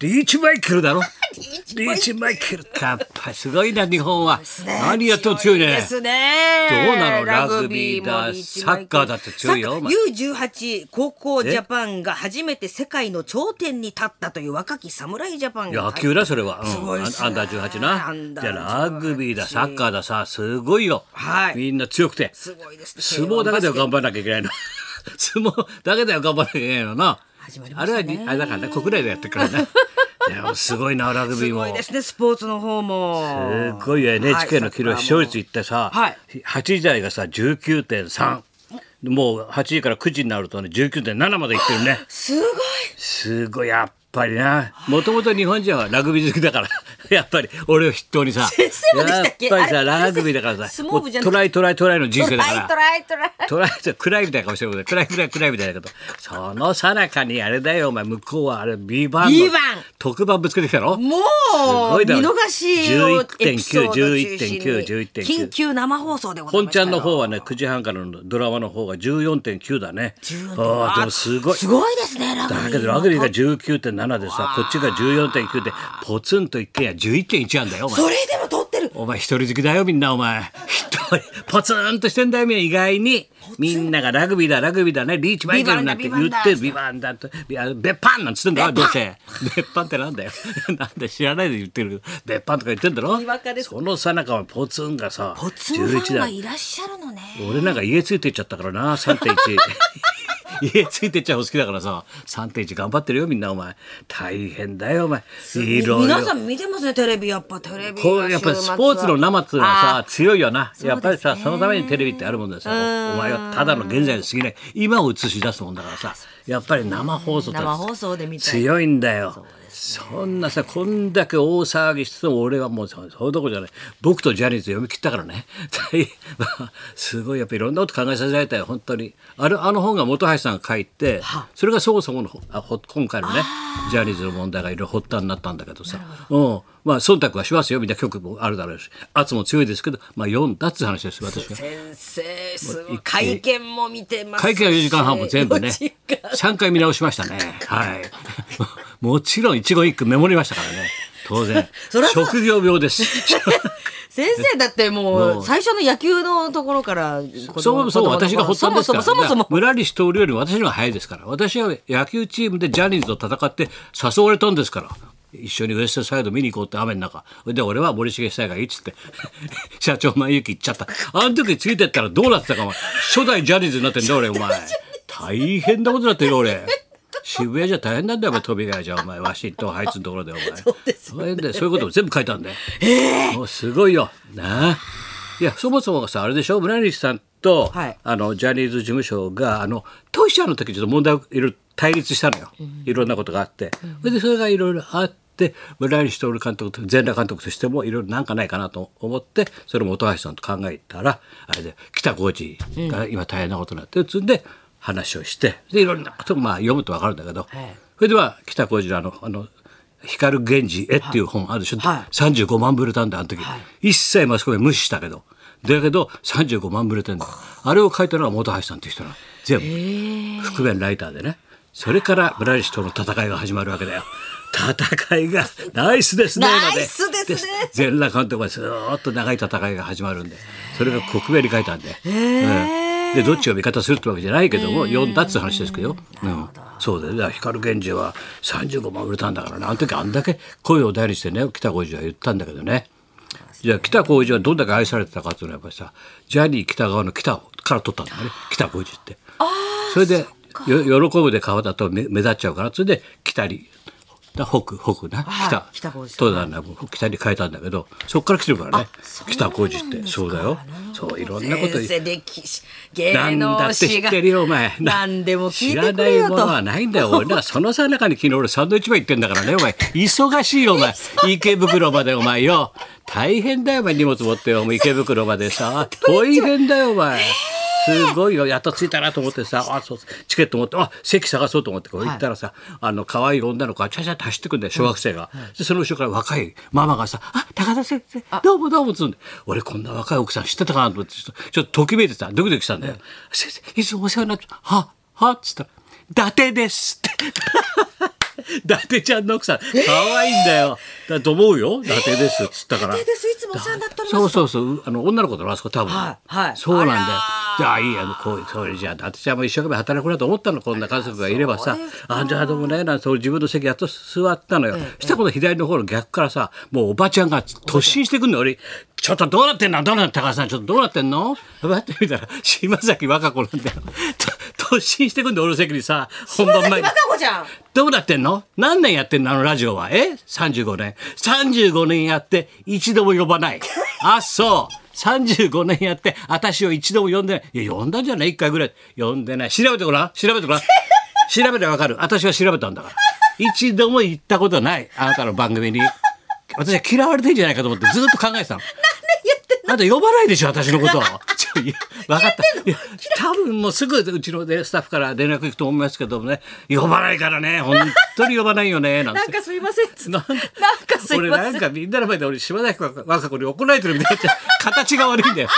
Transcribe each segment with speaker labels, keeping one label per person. Speaker 1: リーチマイケルだろ
Speaker 2: リーチ
Speaker 1: リーチマイケルってやっぱりすごいな日本は、何やっても強いね
Speaker 2: ですね。
Speaker 1: どうなのラグビーだ
Speaker 2: もリチマ
Speaker 1: サ
Speaker 2: イケル
Speaker 1: ッカーだって強いよ
Speaker 2: サッカー U18 高校ジャパンが初めて世界の頂点に立ったという若き侍ジャパンが
Speaker 1: 野球だそれは、うん
Speaker 2: すごいっすね
Speaker 1: アンダー18
Speaker 2: ア
Speaker 1: な
Speaker 2: ンダー
Speaker 1: じゃあラグビーだ
Speaker 2: 18
Speaker 1: サッカーださすごいよ、
Speaker 2: はい
Speaker 1: みんな強くて
Speaker 2: すごいですね。
Speaker 1: 相撲だけでは
Speaker 2: バス
Speaker 1: 頑張らなきゃいけ ないの相撲だけでは頑張らなきゃいけないのな
Speaker 2: 始まりま
Speaker 1: あ
Speaker 2: し
Speaker 1: れ
Speaker 2: た
Speaker 1: は
Speaker 2: ね
Speaker 1: にあれだからね国内でやってるからねでもすごいなラグビ
Speaker 2: ケす
Speaker 1: ーも
Speaker 2: ごいですねスポーツの方
Speaker 1: す
Speaker 2: も。
Speaker 1: っごいよ NHK の昨日視聴率い
Speaker 2: い
Speaker 1: っ。てさ、
Speaker 2: はい
Speaker 1: 8時台がさ19.3、もう8時から9時になるとね19.7までいってるね
Speaker 2: すごい。
Speaker 1: すごいやっぱりなもともと日本人はラグビー好きだから やっぱり俺を筆頭にさ
Speaker 2: 先生もでしたっけ
Speaker 1: やっぱりさ
Speaker 2: あれ
Speaker 1: ラグビーだからさ
Speaker 2: 相
Speaker 1: も
Speaker 2: 撲部
Speaker 1: う
Speaker 2: じゃなくて
Speaker 1: トライトライトライの人生だから
Speaker 2: トライトライトライ。
Speaker 1: 捉 えて暗いみたいな顔してるもんね暗い暗い暗いみたいなことそのさなかにあれだよお前向こうはあれ B 番の
Speaker 2: B 番
Speaker 1: 特番ぶつけてきたろ
Speaker 2: も
Speaker 1: ご
Speaker 2: う
Speaker 1: いだろ
Speaker 2: 見逃しをエピソード中心に
Speaker 1: 11.9 11.9
Speaker 2: 緊急生放送でござい
Speaker 1: 本
Speaker 2: まし
Speaker 1: ち
Speaker 2: た
Speaker 1: ゃ
Speaker 2: よ
Speaker 1: んの方はね9時半からのドラマの方が14.9だね
Speaker 2: 14.9
Speaker 1: ああでもすごい
Speaker 2: すごいですねラグビー
Speaker 1: だけどラグビーが19.7でさこっちが14.9でポツンと一軒家11.1なんだよお前
Speaker 2: それでも撮ってる
Speaker 1: お前一人好きだよみんなお前一人ポツンとしてんだよみんな意外にみんながラグビーだラグビーだねリーチマイケルなんて言ってビ
Speaker 2: ビ
Speaker 1: バンだとビバン別班なんつってんだろ
Speaker 2: 別
Speaker 1: どう
Speaker 2: 班
Speaker 1: せ別班ってなんだよ なんで知らないで言ってる別班とか言ってんだろ
Speaker 2: にわかです
Speaker 1: そのさなかはポツンがさ
Speaker 2: ポツンファン
Speaker 1: だ
Speaker 2: はいらっしゃるのね
Speaker 1: 俺なんか家ついてっちゃったからな3.1 家ついてっちゃうの好きだからさ3.1頑張ってるよみんなお前大変だよお前いろいろ
Speaker 2: 皆さん見てますねテレビやっぱテレビ
Speaker 1: こうやっぱりスポーツの生っていうのはさ強いよな、
Speaker 2: うですね
Speaker 1: やっぱりさそのためにテレビってあるもんださお前はただの現在に過ぎない今を映し出すもんだからさやっぱり生放送って
Speaker 2: 生放送で見たい
Speaker 1: 強いんだよそ,、んなさこんだけ大騒ぎしてても俺はもうそそうどころじゃない僕とジャニーズ読み切ったからね 大変すごいやっぱいろんなこと考えさせられたよ本当にあれあの本が本橋さんが書いてそれがそもそものあほ今回のねジャニーズの問題がいろいろ発端になったんだけどさうんまあ忖度はしますよみんな曲もあるだろうし圧も強いですけどまあ読んだっていう話です私は。
Speaker 2: 先生すごい会見も見てますし
Speaker 1: 会計は4時間半も全 部ね
Speaker 2: 四時間
Speaker 1: 3回見直しましたね はいもちろん一言一句メモりましたからね当然
Speaker 2: そりゃそう
Speaker 1: 職業病です
Speaker 2: 先生だっても
Speaker 1: もう
Speaker 2: う最初の野球のところから子供
Speaker 1: そもそも
Speaker 2: 子供の頃
Speaker 1: 私が発端ですから
Speaker 2: そもそもそもそも
Speaker 1: 村西徹よりも私の方が早いですから私は野球チームでジャニーズと戦って誘われたんですから一緒にウエストサイド見に行こうって雨の中で俺は森重久也がいいっつって 社長前行き行っちゃったあの時ついてったらどうなってたかお前初代ジャニーズになってんだ俺お前大変なことになってるよ俺渋谷じゃ大変なんだよお前飛びがじゃお前ワシントンハイツのところでお前
Speaker 2: そうです
Speaker 1: それでそういうことも全部書いたんで、もうすごいよなあいやそもそもがさあれでしょ村西さんと、
Speaker 2: はい
Speaker 1: あのジャニーズ事務所があの当事者の時ちょっと問題をいろいろ対立したのよ、いろんなことがあって、それでそれがいろいろあって村西徹監督と全裸監督としてもいろいろなんかないかなと思ってそれも音橋さんと考えたらあれで北浩二が今大変なことになってるっつうんで話をしてでいろんなことをまあ読むと分かるんだけど、
Speaker 2: はい
Speaker 1: それでは北浩二のあのあの光源氏絵っていう本あるでしょ、
Speaker 2: はい
Speaker 1: 35万部売れたんだあの時、
Speaker 2: は
Speaker 1: 一切マスコミは無視したけどだけど35万部売れてんだあれを書いたのが本橋さんっていう人なの全部覆面ライターでねそれから村西との戦いが始まるわけだよ戦いがナイスですねま
Speaker 2: ナイスですね
Speaker 1: 全裸監督はずーっと長い戦いが始まるんでそれが国名に書いたんで、うんでどっちを味方するってわけじゃないけども読んだっつう話ですけどよ、うん、そうだよだから光源氏は35万売れたんだからねあの時あんだけ声を大にしてね北浩二は言ったんだけどねじゃあ北浩二はどんだけ愛されてたかっていうのはやっぱりさジャニー北川の北から取ったんだよね北浩二って。それでよ喜ぶで川だと目目立っちゃうからそれで北にだ北北な、
Speaker 2: はい
Speaker 1: 北
Speaker 2: 北浩二さん
Speaker 1: 東南な北に変えたんだけど、そっから来てるからね北浩二ってそうだよそういろんなこと言
Speaker 2: 先
Speaker 1: って
Speaker 2: 生歴史芸能史
Speaker 1: 知
Speaker 2: が
Speaker 1: ってるよお前
Speaker 2: 何でも聞い
Speaker 1: 知
Speaker 2: て
Speaker 1: ら
Speaker 2: く
Speaker 1: な
Speaker 2: れ
Speaker 1: い
Speaker 2: よ
Speaker 1: もの
Speaker 2: と
Speaker 1: はないんだよ俺らそのさ中に昨日俺サンドイッチマン行ってんだからねお前忙しいよお前池袋までお前よ大変だよお前荷物持ってよもう池袋までさ大変だよお前すごいよやっと着いたなと思ってさあそうチケット持ってあ席探そうと思ってこう行ったらさ、あの可愛い女の子がちゃちゃって走ってくんだよ小学生が、でその後ろから若いママがさ「あ高田先生どうもどうも」っつうんで俺こんな若い奥さん知ってたかなと思ってちょっとちょっとときめいてたドキドキしたんだよ「先生いつもお世話になってははっ」つったら「伊達です」って。 伊達ちゃんの奥さん可愛いんだよ、だと思うよ伊達ですっつったから、
Speaker 2: 家庭ですいつもお世話になっております
Speaker 1: そうそうそうあの女の子だろあそこ多分、
Speaker 2: はいはい
Speaker 1: そうなんだよ
Speaker 2: あ
Speaker 1: じゃあいいやこうそれじゃあ伊達ちゃんも一生懸命働くなと思ったのこんな家族がいればさあじゃあどうもねなんて俺自分の席やっと座ったのよ、したこと左の方の逆からさもうおばちゃんが突進してくんの俺ちょっとどうなってんのどうなってんの高橋さんちょっとどうなってんの待ってみたら島崎和歌子なんだよと突進してくんの俺の席にさ本番前に
Speaker 2: 島崎和歌子じゃん
Speaker 1: どうなってんの何年やってんのあのラジオは。え ?35 年。35年やって一度も呼ばない。あ、そう。35年やって私を一度も呼んでない。いや、呼んだんじゃない一回ぐらい。呼んでない。調べてごらん。調べてごらん。調べればわかる。私は調べたんだから。一度も行ったことない。あなたの番組に。私は嫌われてんじゃないかと思ってずっと考えてたの。あんた呼ばないでしょ私のこと。 ちょいや分かった。いや多分もうすぐうちのねスタッフから連絡行くと思いますけどもね呼ばないからね本当に呼ばないよねなんて。
Speaker 2: なんかすいませんっつって
Speaker 1: なんか
Speaker 2: かすいません
Speaker 1: 俺なんかみんなの前で俺島崎和歌子に怒られてるみたいになっちゃう形が悪いん だよ。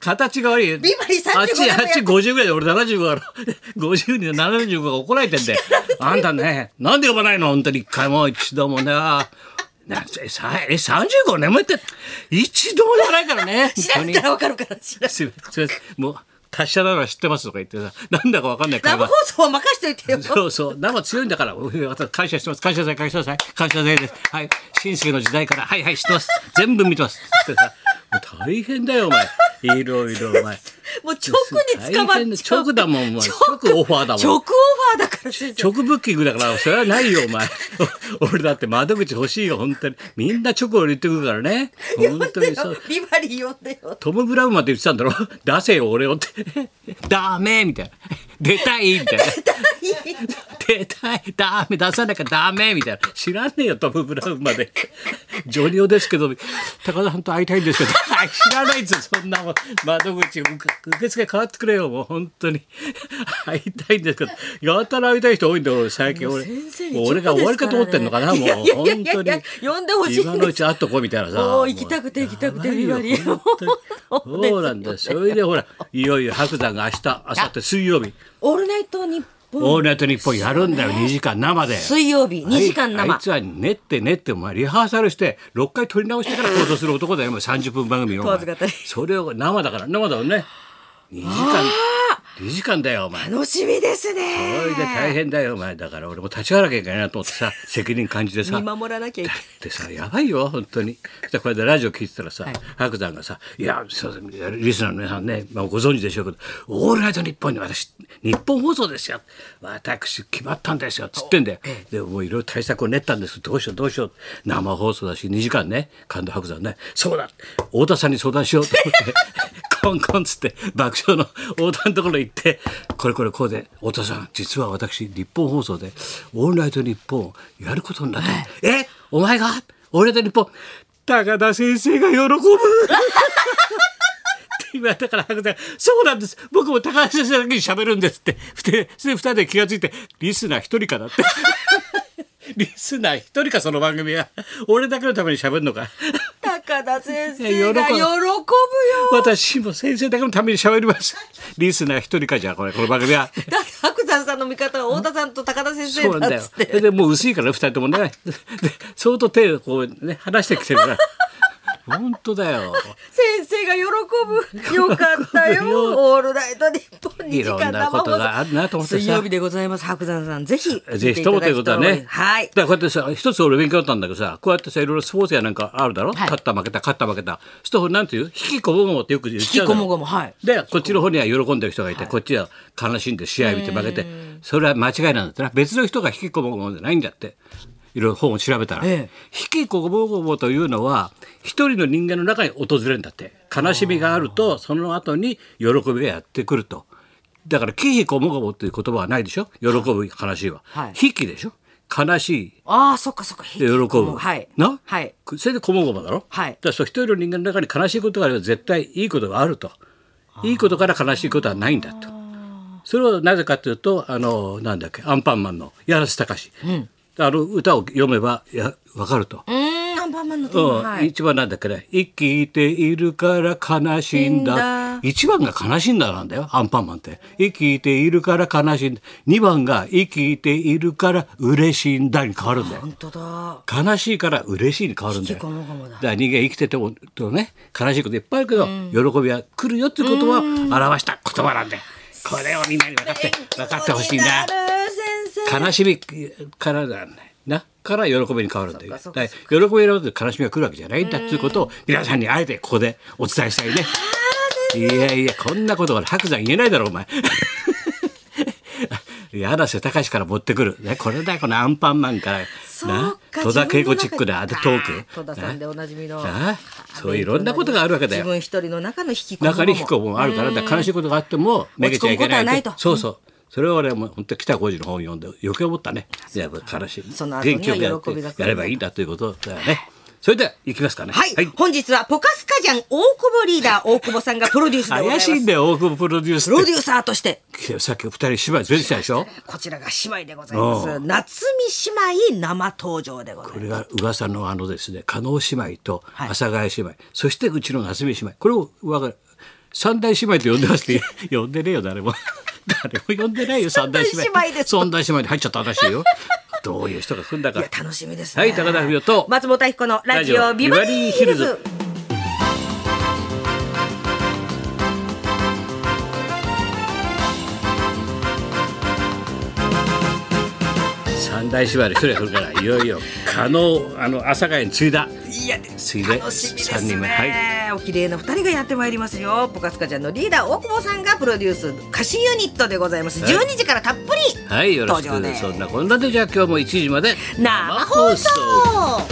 Speaker 1: 形が悪い。
Speaker 2: ビバリー35
Speaker 1: あっち
Speaker 2: 年
Speaker 1: あっち50ぐらいで俺75だろ。50に75が怒られてんで。あんたね、なんで呼ばないの本当に一回も一度もね。なんてさえ35年もやって一度もじゃないからね。
Speaker 2: 調べたらわかるから知ら
Speaker 1: すいません、すいませんもう達者なのは知ってますとか言ってさ、なんだかわかんない会
Speaker 2: 生
Speaker 1: 話
Speaker 2: 放。送は任しといてよ
Speaker 1: そうそう、生強いんだから、 うん私感謝してます、感謝祭、感謝祭、感謝祭です。はい、新助の時代から、はいはい、知ってます。全部見てます。 ってさもう大変だよ、お前。いろいろ、お前。
Speaker 2: もう直に捕まっ
Speaker 1: 大変だ
Speaker 2: ちゃう
Speaker 1: 直だもんお前
Speaker 2: 直
Speaker 1: 直オファーだもん
Speaker 2: 直オファーだから先生
Speaker 1: 直ブッキングだから、それはないよ、お前。 俺だって窓口欲しいよ、本当に。みんな直を言ってくるからね。本当にさ
Speaker 2: 呼んでよ。ビバリー呼んでよ
Speaker 1: トム・ブラウンまで言ってたんだろ 出せよ俺をって ダメみたいな出たいみたいな出たいダメ出さなきゃダメみたいな知らねえよトム・ブラウンまでジョニオですけど高田さんと会いたいんですけど 知らないですよそんなもん窓口受受付変わってくれよもう本当に会いたいんですけどやたら会いたい人多いんだよ俺最近俺
Speaker 2: 先生に
Speaker 1: もう俺が終わりかと思ってんのかなもう
Speaker 2: いやいやいや
Speaker 1: 本
Speaker 2: いや
Speaker 1: 当に
Speaker 2: 呼んでほしいんです
Speaker 1: 今のうち会っとこうみたいなさ
Speaker 2: おー行きたくて行きたくてビバリー
Speaker 1: そうなんだよ。それでほら、いよいよ白山が明日、明後日水曜日、
Speaker 2: オールナイト日
Speaker 1: オー
Speaker 2: 本
Speaker 1: ルナイト日本やるんだよ、2時間生で。
Speaker 2: 水曜日2時間
Speaker 1: あいあ
Speaker 2: 生
Speaker 1: いつは練って練ってお前リハーサルして6回撮り直してから放送する男だよもう30分番 組をお前
Speaker 2: ポーズが足りない
Speaker 1: それを生だから生だもんね2時間2時間だよお前
Speaker 2: 楽しみですね
Speaker 1: それで大変だよお前だから俺も立ち会わなきゃいけないなと思ってさ責任感じてさ
Speaker 2: 見守らなきゃいけない
Speaker 1: ってさやばいよ本当にそしたらこれでラジオ聞いてたらさ、白山がさ「いやそうリスナーの皆さんね、まあ、ご存知でしょうけど『オールナイトニッポン』に私日本放送ですよ私決まったんですよ」つってんででもういろいろ対策を練ったんですどうしようどうしよう生放送だし2時間ね神田白山ね「そうだ太田さんに相談しよう」と思って。 コンコンつって爆笑の太田のところ行ってこれこれこうで太田さん実は私日本放送で「オールナイトニッポン」をやることになったえお前が俺と日本高田先生が喜ぶ って今だから白田そうなんです僕も高田先生だけに喋るんですってでそれで二人で気が付いてリスナー一人かなって リスナー一人かその番組は俺だけのために喋るのか
Speaker 2: 高田先
Speaker 1: いや
Speaker 2: 生
Speaker 1: 喜ぶ
Speaker 2: が喜ぶよ
Speaker 1: 私も先生だけのために喋りますリスナー一人かじゃあこれこの番組は
Speaker 2: だって白山さんの味方は太田さんと高田 先
Speaker 1: そう
Speaker 2: 生
Speaker 1: なん
Speaker 2: だ
Speaker 1: だ
Speaker 2: っ
Speaker 1: よ
Speaker 2: つっ。
Speaker 1: それ
Speaker 2: て
Speaker 1: でもう薄いからね二人ともね。 で相当手をこうね離してきてる から。本当だよ。
Speaker 2: 先生が喜ぶよかったよオールナイト日本2
Speaker 1: い
Speaker 2: 時
Speaker 1: ろん
Speaker 2: 間
Speaker 1: な
Speaker 2: 生
Speaker 1: こ
Speaker 2: 放
Speaker 1: と
Speaker 2: 送
Speaker 1: があるなと思ってさ
Speaker 2: 水曜日でございます白山さんぜひ
Speaker 1: ぜひともということはね。
Speaker 2: はい
Speaker 1: だからこうやってさ、一つ俺勉強だったんだけどさ、こうやってさ、いろいろスポーツやなんかあるだろ、勝った負けた、勝った負けた。そうすると、なんていう引きこもごもってよく言っちゃう
Speaker 2: 引き
Speaker 1: だ
Speaker 2: こ
Speaker 1: ろ
Speaker 2: もごもはい
Speaker 1: でこっちの方には喜んでる人がいて、こっちは悲しんで試合見て負けてそれは間違いなんだってな別の人が引きこもごもじゃないんだっていろいろ本を調べたら、
Speaker 2: ええ
Speaker 1: 引きこもごもというのは一人の人間の中に訪れるんだって悲しみがあるとその後に喜びがやってくるとだから「喜ひこもごも」という言葉はないでしょ喜ぶ悲しいは、
Speaker 2: はい
Speaker 1: 引きでしょ悲しい
Speaker 2: ああそっかそっか
Speaker 1: で喜ぶ。
Speaker 2: はい
Speaker 1: な、
Speaker 2: はい
Speaker 1: くそれでこもごもだろ。
Speaker 2: はい
Speaker 1: だからそう一人の人間の中に悲しいことがあれば絶対いいことがあると。いいことから悲しいことはないんだと。それはなぜかというとあのなんだっけアンパンマンの柳瀬隆史、あの歌を読めばやわかると。
Speaker 2: うーんアンパンマンの
Speaker 1: う
Speaker 2: 時
Speaker 1: ん
Speaker 2: はい
Speaker 1: 一番なんだっけね生きているから悲しいんだ
Speaker 2: んだ
Speaker 1: 1番が悲しんだなんだよアンパンマンって生きているから悲しいんだ2番が生きているから嬉しいんだに変わるんだよ
Speaker 2: 本当だ
Speaker 1: 悲しいから嬉しいに変わるんだよ
Speaker 2: 引きこもごもだ
Speaker 1: だから人間生きててもとね悲しいこといっぱいあるけど、喜びは来るよっていうことは表した言葉なんだよこれをみんなに分かって 分かってほしいんだ
Speaker 2: 気になる先生
Speaker 1: 悲しみからだねなから喜びに変わるんだよ。だ
Speaker 2: そっ
Speaker 1: から
Speaker 2: か
Speaker 1: 喜びに変わると悲しみが来るわけじゃないんだっていうことを皆さんにあえてここでお伝えしたいね。いやいやこんなことから白山言えないだろお前。 柳瀬隆から持ってくる、ね、これだよこのアンパンマンから
Speaker 2: そうか
Speaker 1: 戸田恵子チックであとトーク
Speaker 2: 戸田さんでおなじみの
Speaker 1: なあそういろんなことがあるわけだよ
Speaker 2: 自分一人の中の引きこもごも
Speaker 1: 中に引きこもあるからだから悲しいことがあってもめげちゃいけない
Speaker 2: 落ち込むことはないと
Speaker 1: そうそうそれは俺はもう本当に北浩二の本読んで余計思ったねいやっぱ悲しい
Speaker 2: その後には
Speaker 1: 元気よくやって
Speaker 2: 喜びが来るんだ
Speaker 1: やればいいんだということだよねそれではいきますかね
Speaker 2: はい、本日はポカスカジャン大久保リーダー大久保さんがプロデュースでございま
Speaker 1: 怪
Speaker 2: す
Speaker 1: しいんだよ大久保プロデュース
Speaker 2: プロ
Speaker 1: っ
Speaker 2: デューサーとして
Speaker 1: てさっき二人芝居出てきたでしょ
Speaker 2: こちらが姉妹でございます夏見姉妹生登場でござい
Speaker 1: こ
Speaker 2: ま
Speaker 1: れ
Speaker 2: す
Speaker 1: が噂のあのですね加納姉妹と阿
Speaker 2: い
Speaker 1: 佐ヶ谷姉妹、そしてうちの夏美姉妹これを我が三大姉妹と呼んでますって 呼んでねえよ誰も誰も呼んでないよ三大姉妹
Speaker 2: 三大姉妹です
Speaker 1: 三大姉妹に入っちゃったらしいよどういう人が来るんだ
Speaker 2: い
Speaker 1: か
Speaker 2: や楽しみですね
Speaker 1: はい高田文夫と
Speaker 2: 松本彦のラジオビバリーヒルズ
Speaker 1: 三大姉妹の一人が来るからいよいよ加納あの阿佐ヶ谷に次いだ
Speaker 2: いや
Speaker 1: ついで
Speaker 2: 楽しみで
Speaker 1: 三
Speaker 2: す
Speaker 1: 人目
Speaker 2: ね、
Speaker 1: は
Speaker 2: お綺麗な二人がやってまいりますよポカスカちゃんのリーダー大久保さんがプロデュース歌詞ユニットでございます、
Speaker 1: はい
Speaker 2: 12時からたっぷり
Speaker 1: はいよろし
Speaker 2: 登
Speaker 1: く
Speaker 2: 場ね
Speaker 1: そんなこんなでじゃあ今日も1時まで
Speaker 2: 生放送
Speaker 3: 放送